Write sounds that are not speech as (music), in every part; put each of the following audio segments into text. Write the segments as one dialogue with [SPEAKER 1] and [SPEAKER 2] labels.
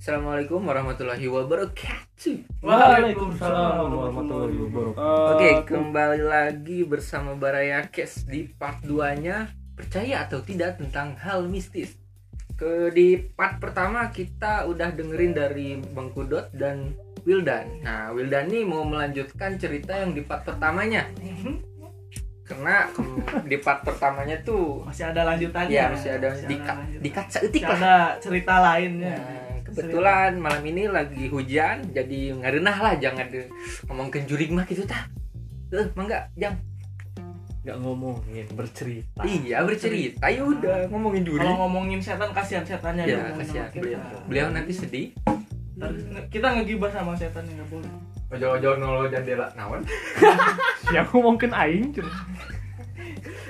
[SPEAKER 1] Assalamualaikum warahmatullahi wabarakatuh.
[SPEAKER 2] Waalaikumsalam warahmatullahi wabarakatuh.
[SPEAKER 1] Oke, kembali lagi bersama Barayakes di part 2-nya percaya atau tidak tentang hal mistis. Ke di part pertama kita udah dengerin dari Bang Kudot dan Wildan. Nah, Wildan nih mau melanjutkan cerita yang di part pertamanya. Karena ke- di part pertamanya tuh
[SPEAKER 2] Masih ada lanjutannya.
[SPEAKER 1] ya masih ada di,
[SPEAKER 2] lanjutan.
[SPEAKER 1] di kaca
[SPEAKER 2] Masih
[SPEAKER 1] etik lah.
[SPEAKER 2] ada cerita lainnya.
[SPEAKER 1] Nah, kebetulan malam ini lagi hujan jadi ngarenah lah jangan de- ngomong kenjuring mah gitu tah eh mangga jang
[SPEAKER 3] nggak ngomongin bercerita Nah,
[SPEAKER 1] iya bercerita ya udah ngomongin juri
[SPEAKER 2] Kalau ngomongin setan kasihan setannya
[SPEAKER 1] ya
[SPEAKER 2] dong,
[SPEAKER 1] kasihan
[SPEAKER 2] sama
[SPEAKER 1] beliau
[SPEAKER 2] kita.
[SPEAKER 1] beliau nanti sedih
[SPEAKER 2] Ntar nge- Kita ngegibah sama setan yang boleh.
[SPEAKER 1] ojo-ojo nolo jendela naon
[SPEAKER 4] ya aku mungkin aing cuy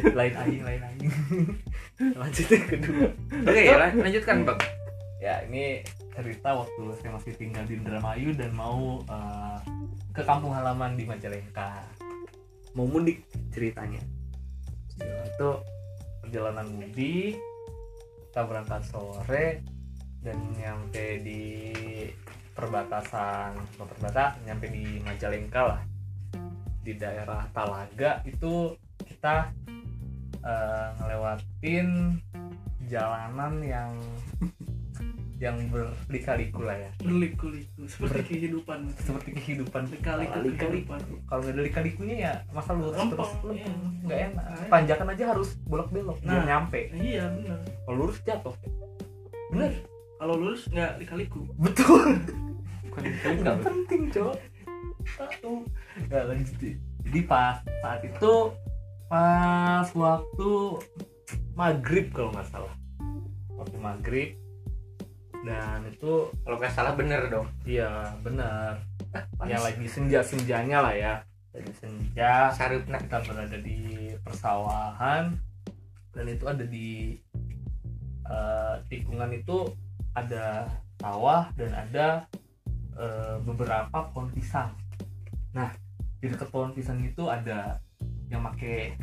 [SPEAKER 3] lain aing lain
[SPEAKER 2] (laughs)
[SPEAKER 3] aing lanjut yang kedua
[SPEAKER 1] oke lan- lanjutkan bang
[SPEAKER 3] ya ini cerita waktu saya masih tinggal di Indramayu dan mau eh, ke kampung halaman di Majalengka mau mudik ceritanya itu perjalanan mudik kita berangkat sore dan nyampe di perbatasan bukan perbatasan nyampe di Majalengka lah di daerah Talaga itu kita eh, ngelewatin jalanan yang yang berlikaliku lah ya
[SPEAKER 2] Berliku-liku seperti kehidupan.
[SPEAKER 3] seperti kehidupan
[SPEAKER 2] Berkali-kali kehidupan.
[SPEAKER 3] kalau nggak ada lika-likunya ya masa lurus terus
[SPEAKER 2] Lempeng.
[SPEAKER 3] lempeng.
[SPEAKER 2] iya.
[SPEAKER 3] nggak enak
[SPEAKER 2] Nah,
[SPEAKER 3] tanjakan aja harus bolak belok nah.
[SPEAKER 2] Nah.
[SPEAKER 3] nyampe
[SPEAKER 2] Iya benar.
[SPEAKER 3] kalau lurus jatuh bener
[SPEAKER 2] Kalau lulus nggak dikaliku.
[SPEAKER 3] betul (laughs)
[SPEAKER 4] bukan
[SPEAKER 3] nggak penting cok tahu nggak lanjut deh. jadi pas saat itu pas waktu maghrib kalau nggak salah waktu maghrib dan itu
[SPEAKER 1] kalau nggak salah bener dong
[SPEAKER 3] ya benar
[SPEAKER 1] panas.
[SPEAKER 3] ya lagi senja senjanya lah ya lagi senja
[SPEAKER 1] sarupna
[SPEAKER 3] kita berada di persawahan dan itu ada di eh, tikungan itu ada sawah dan ada eh, beberapa pohon pisang. Nah, di dekat pohon pisang itu ada yang make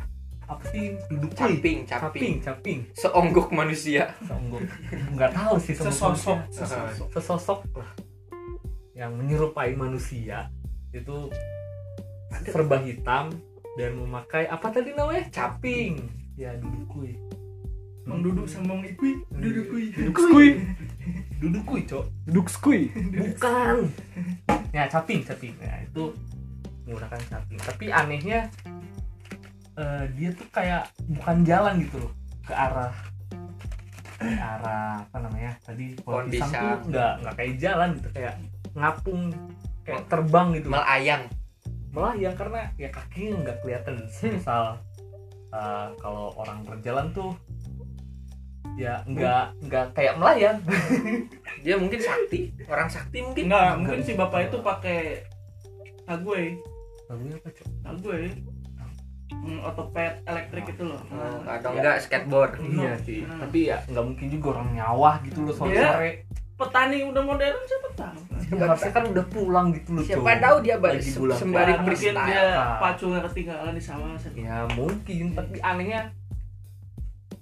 [SPEAKER 3] apa sih duduk cuy?
[SPEAKER 1] caping caping
[SPEAKER 3] caping, caping.
[SPEAKER 1] seonggok
[SPEAKER 3] (laughs)
[SPEAKER 1] manusia
[SPEAKER 3] Seonggok. Enggak tahu sih seonggok
[SPEAKER 2] Sesosok.
[SPEAKER 1] Sesosok.
[SPEAKER 3] sesosok lah yang menyerupai manusia itu serba hitam dan memakai apa tadi namanya caping ya dudukui Hmm.
[SPEAKER 2] Mang Oh, Duduk sama Mang Ikui. Dudukui.
[SPEAKER 4] skui
[SPEAKER 3] dudukui cok
[SPEAKER 4] duduk skui
[SPEAKER 3] bukan (laughs) ya caping caping ya itu menggunakan caping tapi anehnya eh, dia tuh kayak bukan jalan gitu loh ke arah ke arah apa namanya tadi
[SPEAKER 1] Pohon
[SPEAKER 3] pohon pisang
[SPEAKER 1] pisang.
[SPEAKER 3] tuh nggak nggak kayak jalan gitu kayak ngapung kayak terbang gitu
[SPEAKER 1] melayang
[SPEAKER 3] melayang karena ya kakinya nggak kelihatan misal eh, kalau orang berjalan tuh ya nggak nggak kayak melayang
[SPEAKER 1] dia mungkin sakti orang sakti mungkin
[SPEAKER 3] Nah,
[SPEAKER 2] Nggak, mungkin si bapak itu pakai tagwe,
[SPEAKER 3] Lagunya apa, Cok?
[SPEAKER 2] tagwe. Hmm, otopet elektrik itu loh. Nah, iya.
[SPEAKER 1] Oh, atau
[SPEAKER 3] Ya.
[SPEAKER 1] enggak skateboard
[SPEAKER 3] Iya sih,
[SPEAKER 2] Hmm.
[SPEAKER 3] tapi ya nggak mungkin juga orang nyawah gitu loh sore
[SPEAKER 2] Iya.
[SPEAKER 3] sore.
[SPEAKER 2] Petani udah modern siapa tahu. kan?
[SPEAKER 3] Ya, harusnya kan udah pulang gitu loh.
[SPEAKER 1] siapa
[SPEAKER 3] Cok.
[SPEAKER 1] tahu dia balik
[SPEAKER 3] Lagi bulan
[SPEAKER 1] sembari
[SPEAKER 2] Nah, mungkin
[SPEAKER 1] freestyle
[SPEAKER 2] dia pacungnya ketinggalan di sawah. siapa
[SPEAKER 3] Ya mungkin, tapi anehnya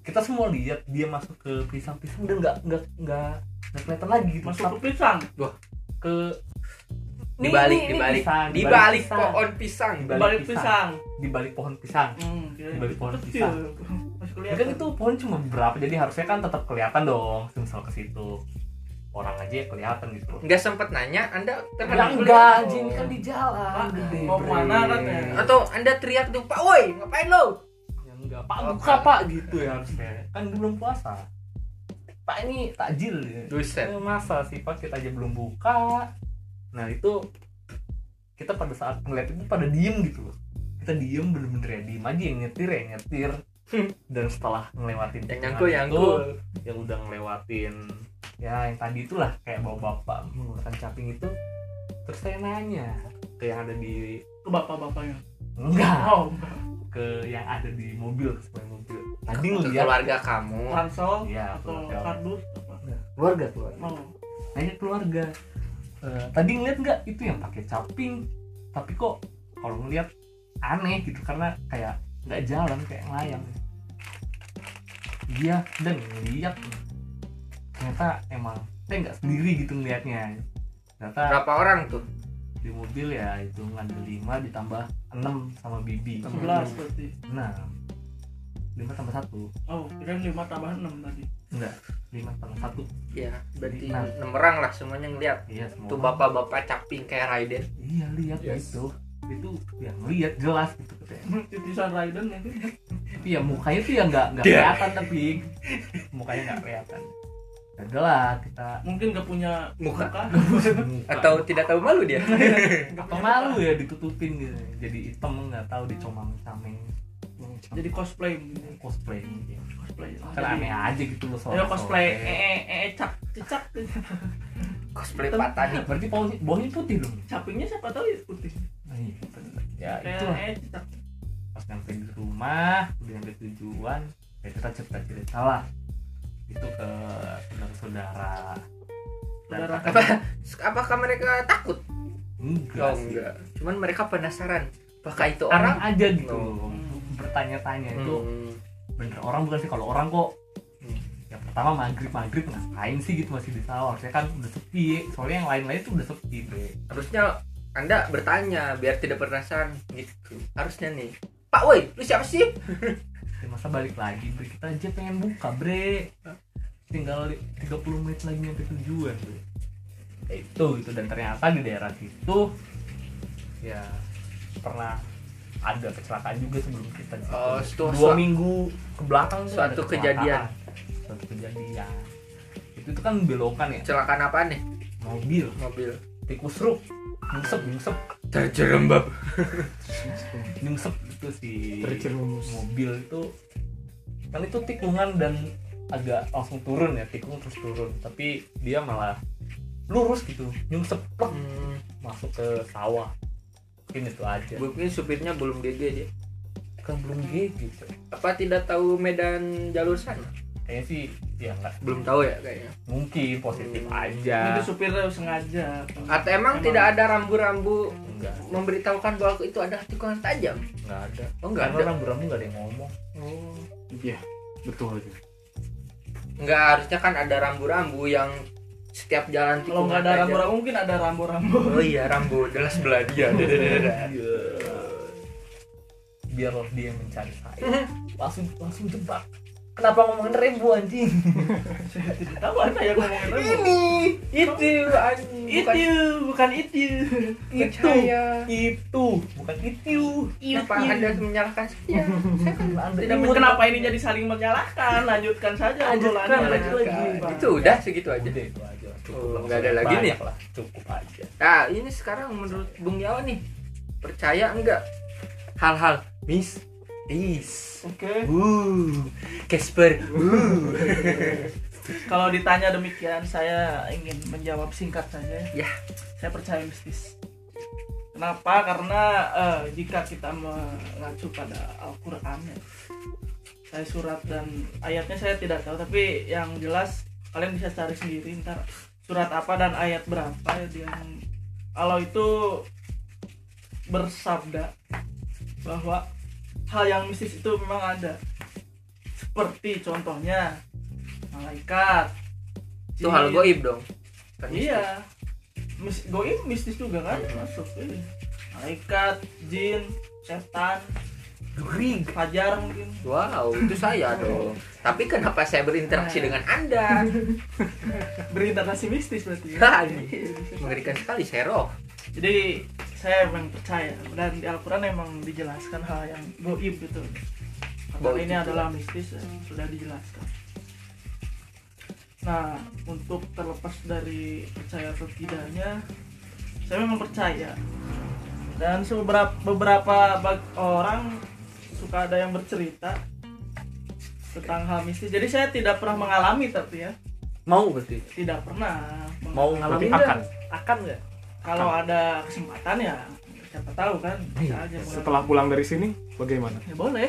[SPEAKER 3] kita semua lihat dia masuk ke pisang-pisang dan nggak nggak nggak nggak kelihatan lagi gitu.
[SPEAKER 2] masuk
[SPEAKER 3] Masuk
[SPEAKER 2] ke pisang
[SPEAKER 3] ke
[SPEAKER 1] Di balik,
[SPEAKER 3] Nih,
[SPEAKER 1] di
[SPEAKER 3] nih, nih,
[SPEAKER 1] balik.
[SPEAKER 3] pisang,
[SPEAKER 1] di balik
[SPEAKER 3] pisang.
[SPEAKER 1] pohon pisang
[SPEAKER 3] Di balik
[SPEAKER 2] balik
[SPEAKER 3] pisang.
[SPEAKER 2] pisang
[SPEAKER 3] di balik pohon pisang.
[SPEAKER 2] hmm, kira-
[SPEAKER 3] Balik pohon
[SPEAKER 2] kecil.
[SPEAKER 3] pisang.
[SPEAKER 2] masih
[SPEAKER 3] Ya
[SPEAKER 2] kelihatan
[SPEAKER 3] kan itu pohon cuma beberapa, jadi harusnya kan tetap kelihatan dong. Misal ke situ orang aja ya kelihatan gitu loh.
[SPEAKER 1] nggak sempat nanya anda teman
[SPEAKER 3] Ya
[SPEAKER 1] aku
[SPEAKER 3] enggak,
[SPEAKER 1] lihat.
[SPEAKER 3] anjing kan di
[SPEAKER 2] Pak,
[SPEAKER 3] jalan.
[SPEAKER 2] mau
[SPEAKER 3] Bre.
[SPEAKER 2] kemana katanya?
[SPEAKER 1] Oh. atau anda teriak tuh pak woi ngapain lo
[SPEAKER 3] Ya enggak, Pak
[SPEAKER 1] Oh,
[SPEAKER 3] buka
[SPEAKER 1] Pak.
[SPEAKER 3] Pak gitu ya harusnya. Kan belum puasa. Pak ini takjil ya.
[SPEAKER 1] dosen
[SPEAKER 3] Eh, Masa sih Pak kita aja belum buka. Nah, itu kita pada saat ngeliat itu pada diem gitu loh. Kita diem bener-bener ya diem aja yang nyetir ya nyetir. Dan setelah ngelewatin
[SPEAKER 1] Hmm. yang
[SPEAKER 3] tikungan
[SPEAKER 1] nyangkul
[SPEAKER 3] itu,
[SPEAKER 1] nyangkul
[SPEAKER 3] yang udah ngelewatin ya yang tadi itulah kayak bawa bapak menggunakan caping itu terus saya nanya ke yang ada di
[SPEAKER 2] ke bapak-bapaknya
[SPEAKER 3] enggak
[SPEAKER 2] oh
[SPEAKER 3] ke yang ada di mobil ke sebelah mobil tadi
[SPEAKER 1] Ke
[SPEAKER 3] ngeliat
[SPEAKER 1] keluarga kamu
[SPEAKER 2] ransel
[SPEAKER 3] ya
[SPEAKER 2] atau
[SPEAKER 3] keluarga
[SPEAKER 2] kardus apa
[SPEAKER 3] keluarga keluarga
[SPEAKER 2] mau
[SPEAKER 3] nanya keluarga Eh, tadi ngeliat nggak itu yang pakai caping tapi kok kalau ngeliat aneh gitu karena kayak nggak jalan kayak layang dia dan ngeliat ternyata emang saya nggak sendiri gitu ngelihatnya ternyata
[SPEAKER 1] berapa orang tuh
[SPEAKER 3] di mobil ya hitungan lima ditambah enam sama bibi
[SPEAKER 1] Enam.
[SPEAKER 2] sebelas berarti
[SPEAKER 3] enam lima tambah satu
[SPEAKER 2] oh kira lima tambah enam tadi (laughs)
[SPEAKER 3] enggak lima tambah satu
[SPEAKER 1] ya berarti
[SPEAKER 3] Enam.
[SPEAKER 1] enam orang lah semuanya ngeliat
[SPEAKER 3] iya semua
[SPEAKER 1] tuh
[SPEAKER 3] orang.
[SPEAKER 1] bapak-bapak caping kayak Raiden
[SPEAKER 3] iya lihat
[SPEAKER 4] Yes.
[SPEAKER 3] itu itu yang lihat jelas gitu katanya
[SPEAKER 2] titisan Raiden ya
[SPEAKER 3] tapi ya mukanya tuh ya nggak nggak kelihatan tapi (laughs) mukanya nggak kelihatan Ya udah lah kita
[SPEAKER 2] mungkin gak punya
[SPEAKER 1] Muka.
[SPEAKER 3] muka.
[SPEAKER 1] atau tidak tahu malu
[SPEAKER 3] (laughs)
[SPEAKER 1] dia
[SPEAKER 2] Nggak
[SPEAKER 3] atau
[SPEAKER 2] punya
[SPEAKER 3] malu ya ditutupin gitu jadi hitam nggak tahu dicomang cameng Hmm.
[SPEAKER 2] muka. jadi cosplay mungkin.
[SPEAKER 3] cosplay mungkin
[SPEAKER 2] cosplay lah.
[SPEAKER 3] kan aneh aja gitu loh soal
[SPEAKER 2] Ayo cosplay eh eh eh cak cicak
[SPEAKER 1] cosplay patani
[SPEAKER 3] Nah, berarti bawahnya, bawahnya putih dong
[SPEAKER 2] capingnya siapa tahu ya putih
[SPEAKER 3] Nah, iya, bener. ya itulah
[SPEAKER 2] kayak eh cicak
[SPEAKER 3] pas nyampe di rumah udah nyampe tujuan ya kita cerita cerita lah itu ke saudara saudara
[SPEAKER 2] Saudara.
[SPEAKER 1] apa apakah mereka takut
[SPEAKER 3] enggak
[SPEAKER 1] oh,
[SPEAKER 3] sih.
[SPEAKER 1] enggak cuman mereka penasaran apakah itu orang
[SPEAKER 3] orang aja gitu
[SPEAKER 1] Oh.
[SPEAKER 3] loh, bertanya-tanya itu
[SPEAKER 1] Hmm.
[SPEAKER 3] bener orang bukan sih kalau orang kok
[SPEAKER 1] Hmm.
[SPEAKER 3] yang pertama maghrib maghrib ngapain sih gitu masih di sawah harusnya kan udah sepi soalnya yang lain-lain tuh udah sepi bre
[SPEAKER 1] harusnya anda bertanya biar tidak penasaran gitu harusnya nih Pak woi lu siapa sih
[SPEAKER 3] Ya, masa balik lagi bre kita aja pengen buka bre tinggal li- 30 menit lagi nyampe tujuan bre Ya, itu gitu dan ternyata di daerah situ ya pernah ada kecelakaan juga sebelum kita di situ.
[SPEAKER 1] Oh, suatu-
[SPEAKER 3] dua minggu ke belakang tuh
[SPEAKER 1] suatu
[SPEAKER 3] ada kecelakaan.
[SPEAKER 1] kejadian.
[SPEAKER 3] suatu kejadian itu tuh kan belokan ya
[SPEAKER 1] kecelakaan apa nih
[SPEAKER 3] mobil
[SPEAKER 1] mobil
[SPEAKER 3] tikus ruk nyungsep nyungsep
[SPEAKER 1] terjerembab
[SPEAKER 3] nyungsep itu si
[SPEAKER 4] terjerumus
[SPEAKER 3] mobil itu kan itu tikungan dan agak langsung turun ya tikung terus turun tapi dia malah lurus gitu nyungsep plek,
[SPEAKER 1] hmm, ya.
[SPEAKER 3] masuk ke sawah mungkin itu aja
[SPEAKER 1] mungkin supirnya belum DG dia
[SPEAKER 3] kan belum gitu
[SPEAKER 1] apa tidak tahu medan jalur sana
[SPEAKER 3] kayaknya sih ya nggak
[SPEAKER 1] belum tahu ya kayaknya
[SPEAKER 3] mungkin positif
[SPEAKER 1] Hmm.
[SPEAKER 3] aja
[SPEAKER 2] itu supir sengaja
[SPEAKER 1] atau emang, tidak ada rambu-rambu
[SPEAKER 3] enggak
[SPEAKER 1] memberitahukan bahwa itu ada tikungan tajam
[SPEAKER 3] enggak ada
[SPEAKER 1] oh
[SPEAKER 3] enggak
[SPEAKER 1] enggak
[SPEAKER 3] ada
[SPEAKER 1] ada
[SPEAKER 3] rambu-rambu nggak ada yang ngomong
[SPEAKER 1] oh.
[SPEAKER 4] iya betul aja
[SPEAKER 1] enggak harusnya kan ada rambu-rambu yang setiap jalan
[SPEAKER 2] kalau nggak
[SPEAKER 1] tikungan
[SPEAKER 2] ada
[SPEAKER 1] tajam.
[SPEAKER 2] rambu-rambu mungkin ada rambu-rambu (laughs)
[SPEAKER 1] oh iya rambu jelas beladia
[SPEAKER 3] (laughs) Iya. biarlah dia yang mencari saya langsung langsung jebak kenapa ngomongin ribu (laughs) anjing
[SPEAKER 2] saya tidak tahu ada yang ya ngomongin rambu
[SPEAKER 1] ini itu anjing bukan
[SPEAKER 2] itu bukan itu
[SPEAKER 1] itu saya.
[SPEAKER 3] itu bukan itu
[SPEAKER 1] Kenapa
[SPEAKER 2] Itu.
[SPEAKER 1] anda menyalahkan saya? (laughs) saya kan tidak
[SPEAKER 3] Anda imut.
[SPEAKER 1] menyalahkan.
[SPEAKER 2] kenapa ini jadi saling menyalahkan lanjutkan saja
[SPEAKER 3] Lanjutkan,
[SPEAKER 2] obrolannya.
[SPEAKER 3] lanjutkan.
[SPEAKER 2] Lanjutkan.
[SPEAKER 1] Itu udah segitu
[SPEAKER 3] aja
[SPEAKER 1] aja.
[SPEAKER 3] deh itu aja cukup
[SPEAKER 1] Oh,
[SPEAKER 3] lah.
[SPEAKER 1] nggak ada lagi
[SPEAKER 3] Banyak
[SPEAKER 1] nih?
[SPEAKER 3] lah. cukup aja
[SPEAKER 1] Nah, ini sekarang menurut Bung Yawan nih, percaya enggak hal-hal mistis?
[SPEAKER 2] oke
[SPEAKER 1] Uh, Casper. Uh.
[SPEAKER 2] kalau ditanya demikian saya ingin menjawab singkat saja
[SPEAKER 1] Ya.
[SPEAKER 2] saya percaya mistis kenapa karena eh, jika kita mengacu pada Al-Quran ya, saya surat dan ayatnya saya tidak tahu tapi yang jelas kalian bisa cari sendiri ntar surat apa dan ayat berapa ya, yang kalau itu bersabda bahwa hal yang mistis itu memang ada seperti contohnya malaikat
[SPEAKER 1] Itu hal
[SPEAKER 2] jin,
[SPEAKER 1] goib dong. Bukan mistis.
[SPEAKER 2] iya Mis goib mistis juga kan masuk iya. malaikat jin setan
[SPEAKER 1] Grig.
[SPEAKER 2] fajar mungkin
[SPEAKER 1] Wow, itu saya dong. Tapi kenapa saya berinteraksi dengan Anda?
[SPEAKER 2] berinteraksi mistis berarti (laughs)
[SPEAKER 1] Hah,
[SPEAKER 2] ya.
[SPEAKER 1] ini. Mengerikan sekali, Sero.
[SPEAKER 2] jadi saya memang percaya dan di Al-Quran memang dijelaskan hal yang goib gitu
[SPEAKER 1] Goib
[SPEAKER 2] karena ini
[SPEAKER 1] itu.
[SPEAKER 2] adalah mistis ya, sudah dijelaskan nah untuk terlepas dari percaya atau tidaknya saya memang percaya dan beberapa beberapa bag- orang suka ada yang bercerita tentang hal mistis jadi saya tidak pernah mengalami tapi ya
[SPEAKER 3] mau berarti
[SPEAKER 2] tidak pernah
[SPEAKER 3] mau
[SPEAKER 4] tapi
[SPEAKER 3] ngalami
[SPEAKER 4] akan
[SPEAKER 2] akan nggak kalau ada kesempatan ya siapa tahu kan bisa aja mengalami.
[SPEAKER 4] setelah pulang dari sini bagaimana
[SPEAKER 2] ya boleh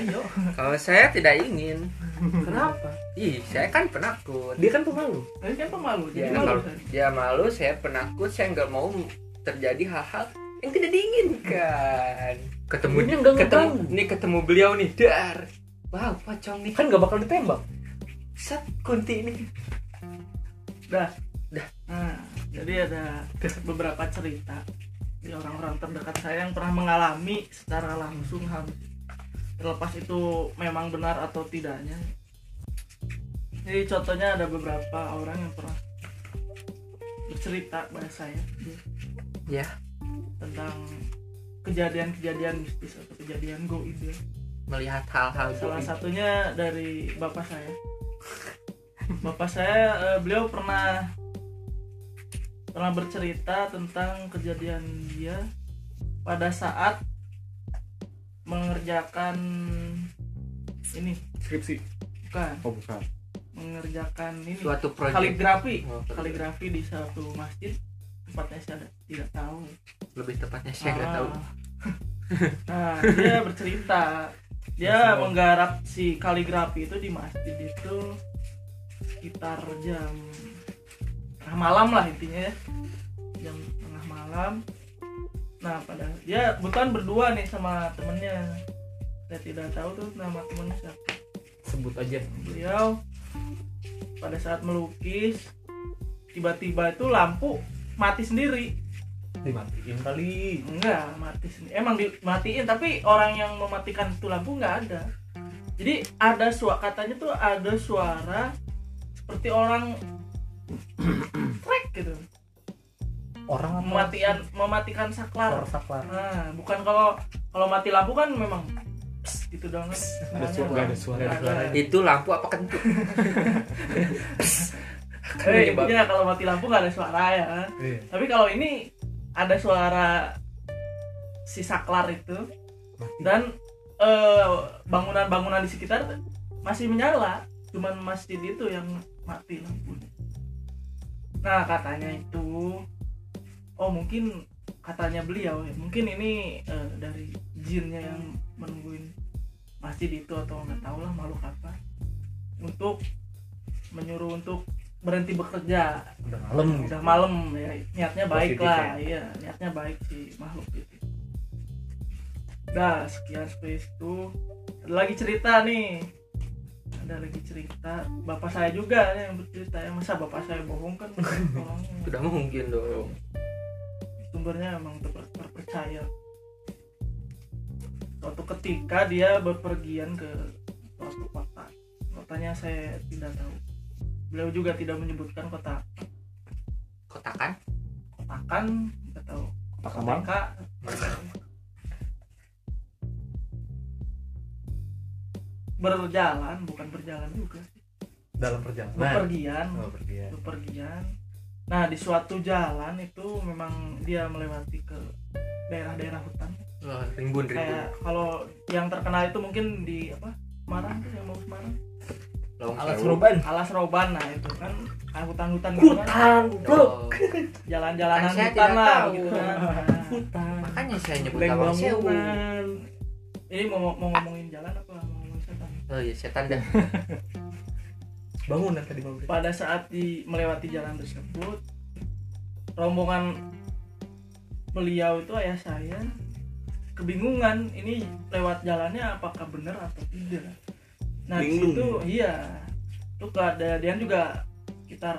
[SPEAKER 2] ayo
[SPEAKER 1] Kalau saya tidak ingin.
[SPEAKER 3] Hmm.
[SPEAKER 2] kenapa
[SPEAKER 1] Ih, saya kan penakut.
[SPEAKER 3] dia kan pemalu
[SPEAKER 2] ini kan pemalu jadi
[SPEAKER 1] Ya,
[SPEAKER 2] malu
[SPEAKER 1] kalau dia malu, saya penakut, saya nggak mau terjadi hal-hal yang tidak diinginkan. Ketemu
[SPEAKER 3] Ini nggak
[SPEAKER 1] ketemu,
[SPEAKER 3] ngeganggu.
[SPEAKER 1] nih ketemu beliau nih, dar. Wow, pocong nih Kan
[SPEAKER 3] kan nggak bakal ditembak
[SPEAKER 1] set kunti nih.
[SPEAKER 2] dah dah nah, jadi ada beberapa cerita di orang-orang terdekat saya yang pernah mengalami secara langsung hal terlepas itu memang benar atau tidaknya jadi contohnya ada beberapa orang yang pernah bercerita pada saya
[SPEAKER 1] Ya.
[SPEAKER 2] tentang kejadian-kejadian mistis atau kejadian goib ya.
[SPEAKER 1] melihat hal-hal
[SPEAKER 2] salah
[SPEAKER 1] goib.
[SPEAKER 2] satunya dari bapak saya bapak saya eh, beliau pernah pernah bercerita tentang kejadian dia pada saat mengerjakan ini
[SPEAKER 4] skripsi
[SPEAKER 2] bukan
[SPEAKER 4] oh bukan
[SPEAKER 2] mengerjakan ini
[SPEAKER 1] suatu proyek
[SPEAKER 2] kaligrafi
[SPEAKER 1] Oh,
[SPEAKER 2] kaligrafi di satu masjid tempatnya saya ada- tidak tahu
[SPEAKER 1] lebih tepatnya saya nggak
[SPEAKER 2] Ah. (laughs)
[SPEAKER 1] tahu
[SPEAKER 2] Nah, dia bercerita. Dia menggarap si kaligrafi itu di masjid itu sekitar jam tengah malam lah intinya ya. Jam tengah malam. Nah, pada dia kebetulan berdua nih sama temennya. Saya tidak tahu tuh nama temennya siapa
[SPEAKER 3] sebut aja
[SPEAKER 2] beliau pada saat melukis tiba-tiba itu lampu mati sendiri
[SPEAKER 3] dimatiin kali
[SPEAKER 2] enggak mati sendiri emang dimatiin tapi orang yang mematikan itu lampu nggak ada jadi ada suara katanya tuh ada suara seperti orang trek gitu
[SPEAKER 3] orang apa?
[SPEAKER 2] mematikan mematikan saklar
[SPEAKER 3] orang saklar
[SPEAKER 2] nah bukan kalau kalau mati lampu kan memang "Pss" gitu dong kan
[SPEAKER 4] ada suara nggak ada suara
[SPEAKER 3] Nggak ada suara.
[SPEAKER 1] itu lampu apa kentut
[SPEAKER 2] Eh,
[SPEAKER 1] Menyebab-
[SPEAKER 2] intinya kalau mati lampu nggak ada suara ya kan?
[SPEAKER 3] Iya.
[SPEAKER 2] Tapi kalau ini ada suara si saklar itu
[SPEAKER 3] Mati.
[SPEAKER 2] dan eh, bangunan-bangunan di sekitar masih menyala, cuman masjid itu yang mati lampunya. Nah katanya itu, oh mungkin katanya beliau, ya, mungkin ini eh, dari jinnya yang menungguin masjid itu atau nggak tahu lah makhluk apa untuk menyuruh untuk berhenti bekerja
[SPEAKER 3] udah malam gitu
[SPEAKER 2] udah malam ya niatnya baik
[SPEAKER 3] Positif
[SPEAKER 2] lah
[SPEAKER 3] ya.
[SPEAKER 2] iya niatnya baik si makhluk itu dah sekian space itu ada lagi cerita nih ada lagi cerita bapak saya juga nih yang bercerita ya masa bapak saya bohong
[SPEAKER 3] (laughs)
[SPEAKER 2] kan orangnya
[SPEAKER 1] sudah mungkin dong
[SPEAKER 2] sumbernya emang ter- terpercaya suatu ketika dia berpergian ke suatu kota kotanya saya tidak tahu beliau juga tidak menyebutkan kota
[SPEAKER 1] kotakan
[SPEAKER 2] kotakan nggak tahu
[SPEAKER 4] Pak Kamal
[SPEAKER 2] TK. berjalan bukan berjalan juga sih.
[SPEAKER 3] dalam perjalanan
[SPEAKER 2] bepergian
[SPEAKER 3] oh, berdiam.
[SPEAKER 2] bepergian nah di suatu jalan itu memang dia melewati ke daerah-daerah hutan
[SPEAKER 1] Oh, rimbun rimbun
[SPEAKER 2] kayak kalau yang terkenal itu mungkin di apa Semarang tuh yang mau ke Semarang
[SPEAKER 1] Lawang
[SPEAKER 3] alat
[SPEAKER 1] Sewu.
[SPEAKER 3] seruban
[SPEAKER 2] alas Roban nah itu kan ah, hutan-hutan gitu kan.
[SPEAKER 3] hutan
[SPEAKER 1] Oh,
[SPEAKER 3] goblok
[SPEAKER 2] jalan-jalanan
[SPEAKER 1] Kan saya
[SPEAKER 2] hutan
[SPEAKER 1] tidak
[SPEAKER 2] lah
[SPEAKER 1] tahu.
[SPEAKER 2] gitu
[SPEAKER 3] (laughs)
[SPEAKER 2] kan Nah,
[SPEAKER 3] hutan
[SPEAKER 1] makanya saya nyebut
[SPEAKER 3] Leng
[SPEAKER 1] lawang sewu
[SPEAKER 3] bangunan
[SPEAKER 2] ini Eh, mau, mau ngomongin jalan apa mau ngomongin setan
[SPEAKER 1] oh iya setan dah
[SPEAKER 3] bangunan tadi mau
[SPEAKER 2] pada saat di melewati jalan tersebut rombongan beliau itu ayah saya kebingungan ini lewat jalannya apakah benar atau tidak nah di
[SPEAKER 3] Bingung. ya?
[SPEAKER 2] situ iya itu keadaan juga sekitar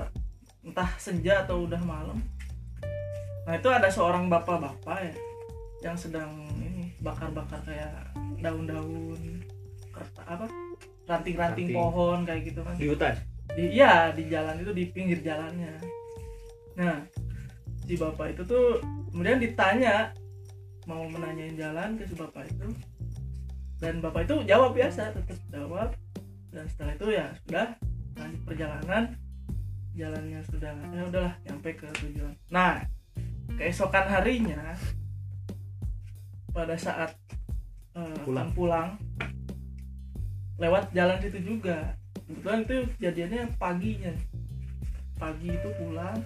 [SPEAKER 2] entah senja atau udah malam nah itu ada seorang bapak-bapak ya yang sedang ini bakar-bakar kayak daun-daun kerta apa
[SPEAKER 3] Ranting.
[SPEAKER 2] ranting-ranting pohon kayak gitu kan
[SPEAKER 3] di hutan
[SPEAKER 2] di iya di jalan itu di pinggir jalannya nah si bapak itu tuh kemudian ditanya mau menanyain jalan ke si bapak itu dan bapak itu jawab biasa tetap jawab dan setelah itu ya sudah lanjut perjalanan jalannya sudah ya udahlah nyampe ke tujuan nah keesokan harinya pada saat eh,
[SPEAKER 4] Pulang.
[SPEAKER 2] akan pulang lewat jalan situ juga kebetulan itu kejadiannya paginya pagi itu pulang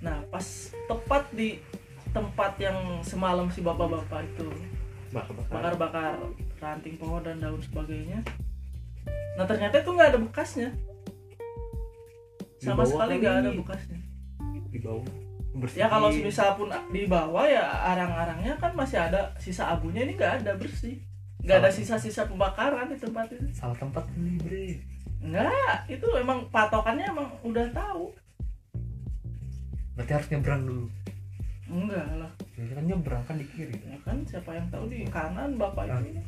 [SPEAKER 2] nah pas tepat di tempat yang semalam si bapak-bapak itu
[SPEAKER 4] bakar-bakar
[SPEAKER 2] bakar-bakar ranting pohon dan daun sebagainya nah ternyata itu nggak ada bekasnya sama
[SPEAKER 4] Dibawa
[SPEAKER 2] sekali
[SPEAKER 4] kali.
[SPEAKER 2] nggak ada bekasnya
[SPEAKER 4] di bawah bersih
[SPEAKER 2] ya kalau semisal pun dibawa ya arang-arangnya kan masih ada sisa abunya ini nggak ada bersih nggak ada sisa-sisa pembakaran di tempat itu
[SPEAKER 3] salah tempat nih bre
[SPEAKER 2] Enggak, itu emang patokannya emang udah tahu.
[SPEAKER 3] berarti harus nyebrang dulu
[SPEAKER 2] enggak lah
[SPEAKER 3] jadi kan nyebrang kan di kiri
[SPEAKER 2] ya kan siapa yang tahu di kanan bapak
[SPEAKER 3] Ah.
[SPEAKER 2] itu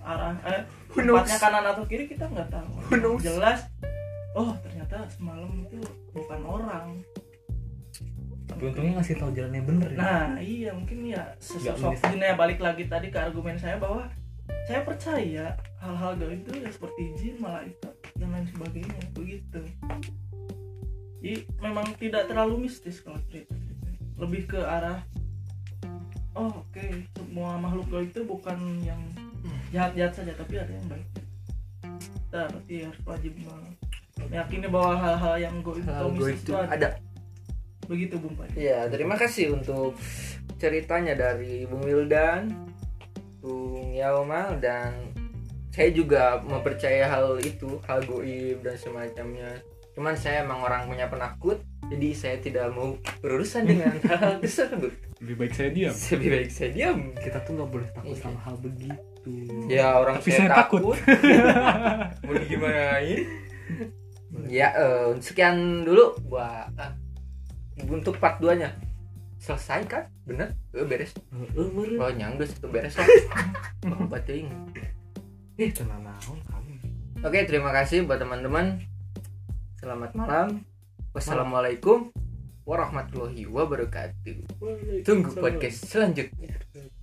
[SPEAKER 2] arah eh
[SPEAKER 1] Who knows?
[SPEAKER 2] tempatnya kanan atau kiri kita nggak tahu
[SPEAKER 1] Who knows?
[SPEAKER 2] jelas oh ternyata semalam itu bukan orang
[SPEAKER 3] tapi untungnya ngasih tahu jalan yang bener ya
[SPEAKER 2] nah iya mungkin ya sesosok
[SPEAKER 3] Nggak
[SPEAKER 2] dunia balik lagi tadi ke argumen saya bahwa saya percaya hal-hal gaib itu ya seperti jin malaikat dan lain sebagainya begitu jadi memang tidak terlalu mistis kalau cerita lebih ke arah oh oke semua makhluk gaib itu bukan yang jahat-jahat saja tapi ada yang baik kita berarti harus wajib me- meyakini bahwa hal-hal yang gaib atau
[SPEAKER 1] Hal goib
[SPEAKER 2] mistis itu
[SPEAKER 1] tuh
[SPEAKER 2] ada Iya.
[SPEAKER 1] ada
[SPEAKER 2] begitu Bung Pak
[SPEAKER 1] Ya, terima kasih untuk ceritanya dari Bung Wildan, Bung Yaumal dan saya juga mempercaya hal itu, hal goib dan semacamnya. Cuman saya emang orang punya penakut, jadi saya tidak mau berurusan (laughs) dengan hal tersebut.
[SPEAKER 4] lebih baik saya diam
[SPEAKER 1] Lebih baik saya diam.
[SPEAKER 3] kita tuh nggak boleh takut
[SPEAKER 1] Iya.
[SPEAKER 3] sama hal begitu
[SPEAKER 1] Ya orang
[SPEAKER 4] Tapi
[SPEAKER 1] saya,
[SPEAKER 4] saya
[SPEAKER 1] takut. (laughs) mau digimanain? Ya, eh, sekian dulu buat ah, untuk part 2-nya. Selesai kan? Bener? Eh, beres.
[SPEAKER 3] Eh, meren.
[SPEAKER 1] Oh nyangga itu beres lah. Obat ting.
[SPEAKER 3] eh tenang naon kamu
[SPEAKER 1] Oke terima kasih buat teman-teman. Selamat malam. Wassalamualaikum warahmatullahi wabarakatuh. Tunggu podcast selanjutnya.
[SPEAKER 3] podcast